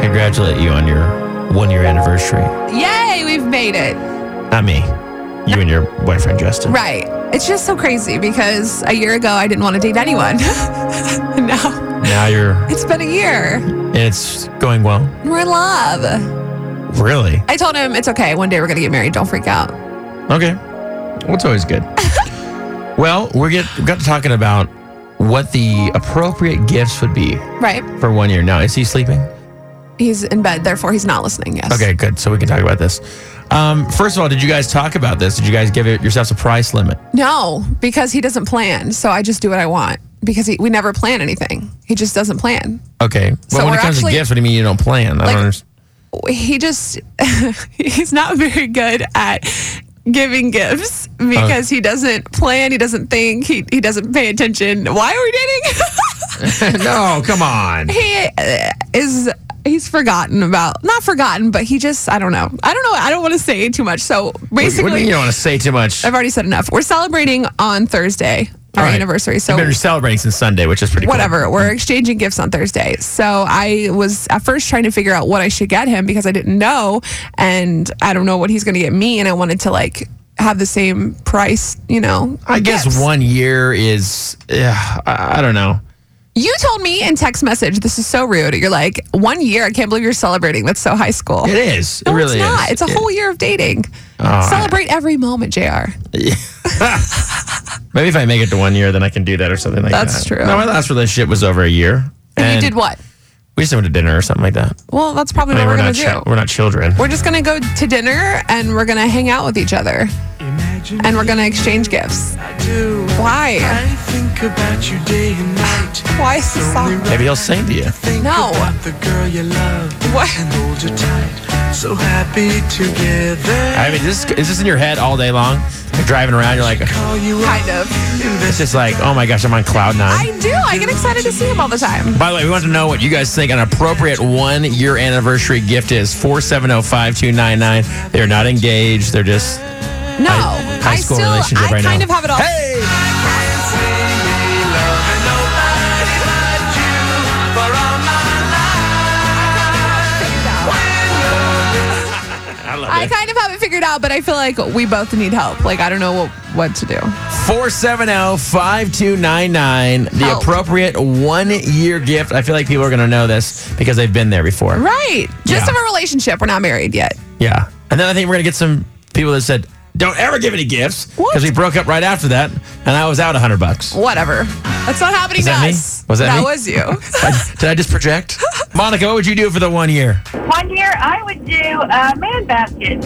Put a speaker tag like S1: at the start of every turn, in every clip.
S1: congratulate you on your one year anniversary.
S2: Yay, we've made it.
S1: Not me. You and your boyfriend, Justin.
S2: Right. It's just so crazy because a year ago I didn't want to date anyone. And now
S1: Now you're,
S2: it's been a year.
S1: and it's going well.
S2: We're in love.
S1: Really?
S2: I told him it's okay. One day we're gonna get married. Don't freak out.
S1: Okay. Well, it's always good. well, we're get, we got to talking about what the appropriate gifts would be
S2: Right.
S1: for one year. Now, is he sleeping?
S2: He's in bed, therefore he's not listening. Yes.
S1: Okay, good. So we can talk about this. Um, first of all, did you guys talk about this? Did you guys give it yourselves a price limit?
S2: No, because he doesn't plan. So I just do what I want because he, we never plan anything. He just doesn't plan.
S1: Okay. But
S2: So
S1: when it
S2: we're
S1: comes
S2: actually-
S1: to gifts, what do you mean you don't plan? I
S2: Like-
S1: don't understand.
S2: He just, he's not very good at giving gifts because he doesn't plan. He doesn't think. He, he doesn't pay attention. Why are we dating?
S1: no, come on.
S2: he uh, is, he's forgotten about, not forgotten, but he just, I don't know. I don't know. I don't want to say too much. So basically,
S1: What do you mean you don't want to say too much?
S2: I've already said enough. We're celebrating on Thursday, our
S1: All right.
S2: anniversary. So
S1: You've been celebrating since Sunday, which is pretty cool.
S2: whatever. We're exchanging gifts on Thursday. So I was at first trying to figure out what I should get him because I didn't know, and I don't know what he's going to get me, and I wanted to like have the same price, you know.
S1: I guess
S2: gifts.
S1: one year is, yeah, I, I don't know.
S2: You told me in text message, this is so rude. You're like, one year. I can't believe you're celebrating. That's so high school.
S1: It is.
S2: No,
S1: it really
S2: it's not.
S1: is.
S2: It's a whole year of dating.
S1: I-
S2: Celebrate every moment, Jr.
S1: Maybe if I make it to one year, then I can do that or something like
S2: That's
S1: that.
S2: true.
S1: No, my last relationship was over a year.
S2: And you did what?
S1: We just went to dinner or something like that.
S2: Well, that's probably
S1: I mean,
S2: what
S1: we're,
S2: we're,
S1: not
S2: gonna
S1: chi-
S2: do.
S1: we're not children.
S2: We're just gonna go to dinner and we're gonna hang out with each other
S3: Imagine
S2: and we're gonna exchange gifts.
S3: I do.
S2: Why?
S3: I think about you day and night.
S2: Why is this song?
S1: Maybe he'll sing to you.
S3: Think
S2: No.
S3: about the girl you love
S2: What?
S3: and hold you tight. So happy together.
S1: I mean, is this, is this in your head all day long? Like driving around, you're like,
S3: Call you up,
S2: Kind of.
S1: it's just like, oh my gosh, I'm on cloud nine.
S2: I do. I get excited to see him all the time.
S1: By the way, we want to know what you guys think an appropriate one year anniversary gift is 470 5299. They're not engaged. They're just.
S2: No,
S1: High- high
S2: I
S1: school
S2: still,
S1: relationship
S2: I
S1: right
S2: kind
S1: now.
S2: of have it all.
S1: Hey! I love
S2: I kind of have it figured out, but I feel like we both need help. Like I don't know what, what to do.
S1: 470 5299. The
S2: Help.
S1: appropriate one year gift. I feel like people are going to know this because they've been there before.
S2: Right? Just
S1: Yeah.
S2: of a relationship. We're not married yet.
S1: Yeah. And then I think we're going to get some people that said, don't ever give any gifts
S2: What?
S1: because we broke up right after that and I was out 100 bucks.
S2: Whatever. That's not happening
S1: Was
S2: to
S1: that me?
S2: us.
S1: Was that me?
S2: was you.
S1: I- Did I just project? Monica, what would you do for the one year?
S4: One year, I would do a man basket.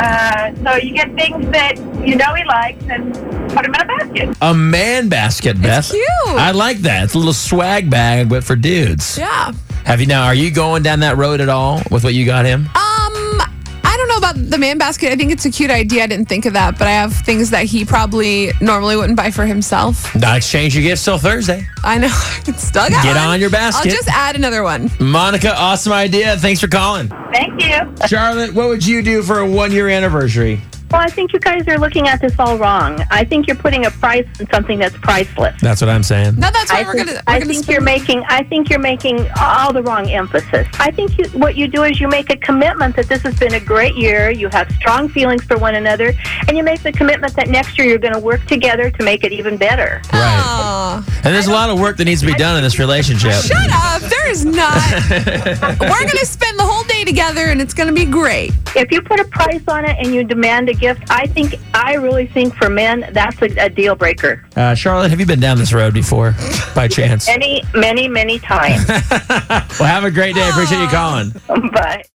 S4: Uh, so you get things that you know he likes and put them in a basket.
S1: A man basket, Beth.
S2: cute.
S1: I like that. It's a little swag bag, but for dudes.
S2: yeah.
S1: Have you now? Are you going down that road at all with what you got him?
S2: Um, I don't know about the man basket. I think it's a cute idea. I didn't think of that, but I have things that he probably normally wouldn't buy for himself.
S1: Not exchange your gifts till Thursday.
S2: I know. It's still got
S1: Get
S2: one.
S1: on your basket.
S2: I'll just add another one.
S1: Monica, awesome idea. Thanks for calling.
S4: Thank you.
S1: Charlotte, what would you do for a one year anniversary?
S5: Well, I think you guys are looking at this all wrong. I think you're putting a price on something that's priceless.
S1: That's what I'm saying.
S2: No, that's why
S5: I
S2: we're
S5: think,
S2: gonna. We're
S5: I
S2: gonna
S5: think
S2: spend-
S5: you're making. I think you're making all the wrong emphasis. I think you, what you do is you make a commitment that this has been a great year. You have strong feelings for one another, and you make the commitment that next year you're going to work together to make it even better.
S1: Right.
S2: Aw.
S1: And there's a lot of work that needs to be done in this relationship.
S2: Shut up. There is not. we're gonna spend the whole day together, and it's gonna be great.
S5: If you put a price on it and you demand a gift, I think I really think for men that's a, a deal breaker.
S1: Uh, Charlotte, have you been down this road before by chance?
S5: Many, many, many times.
S1: Well, have a great day. Appreciate you calling.
S5: but.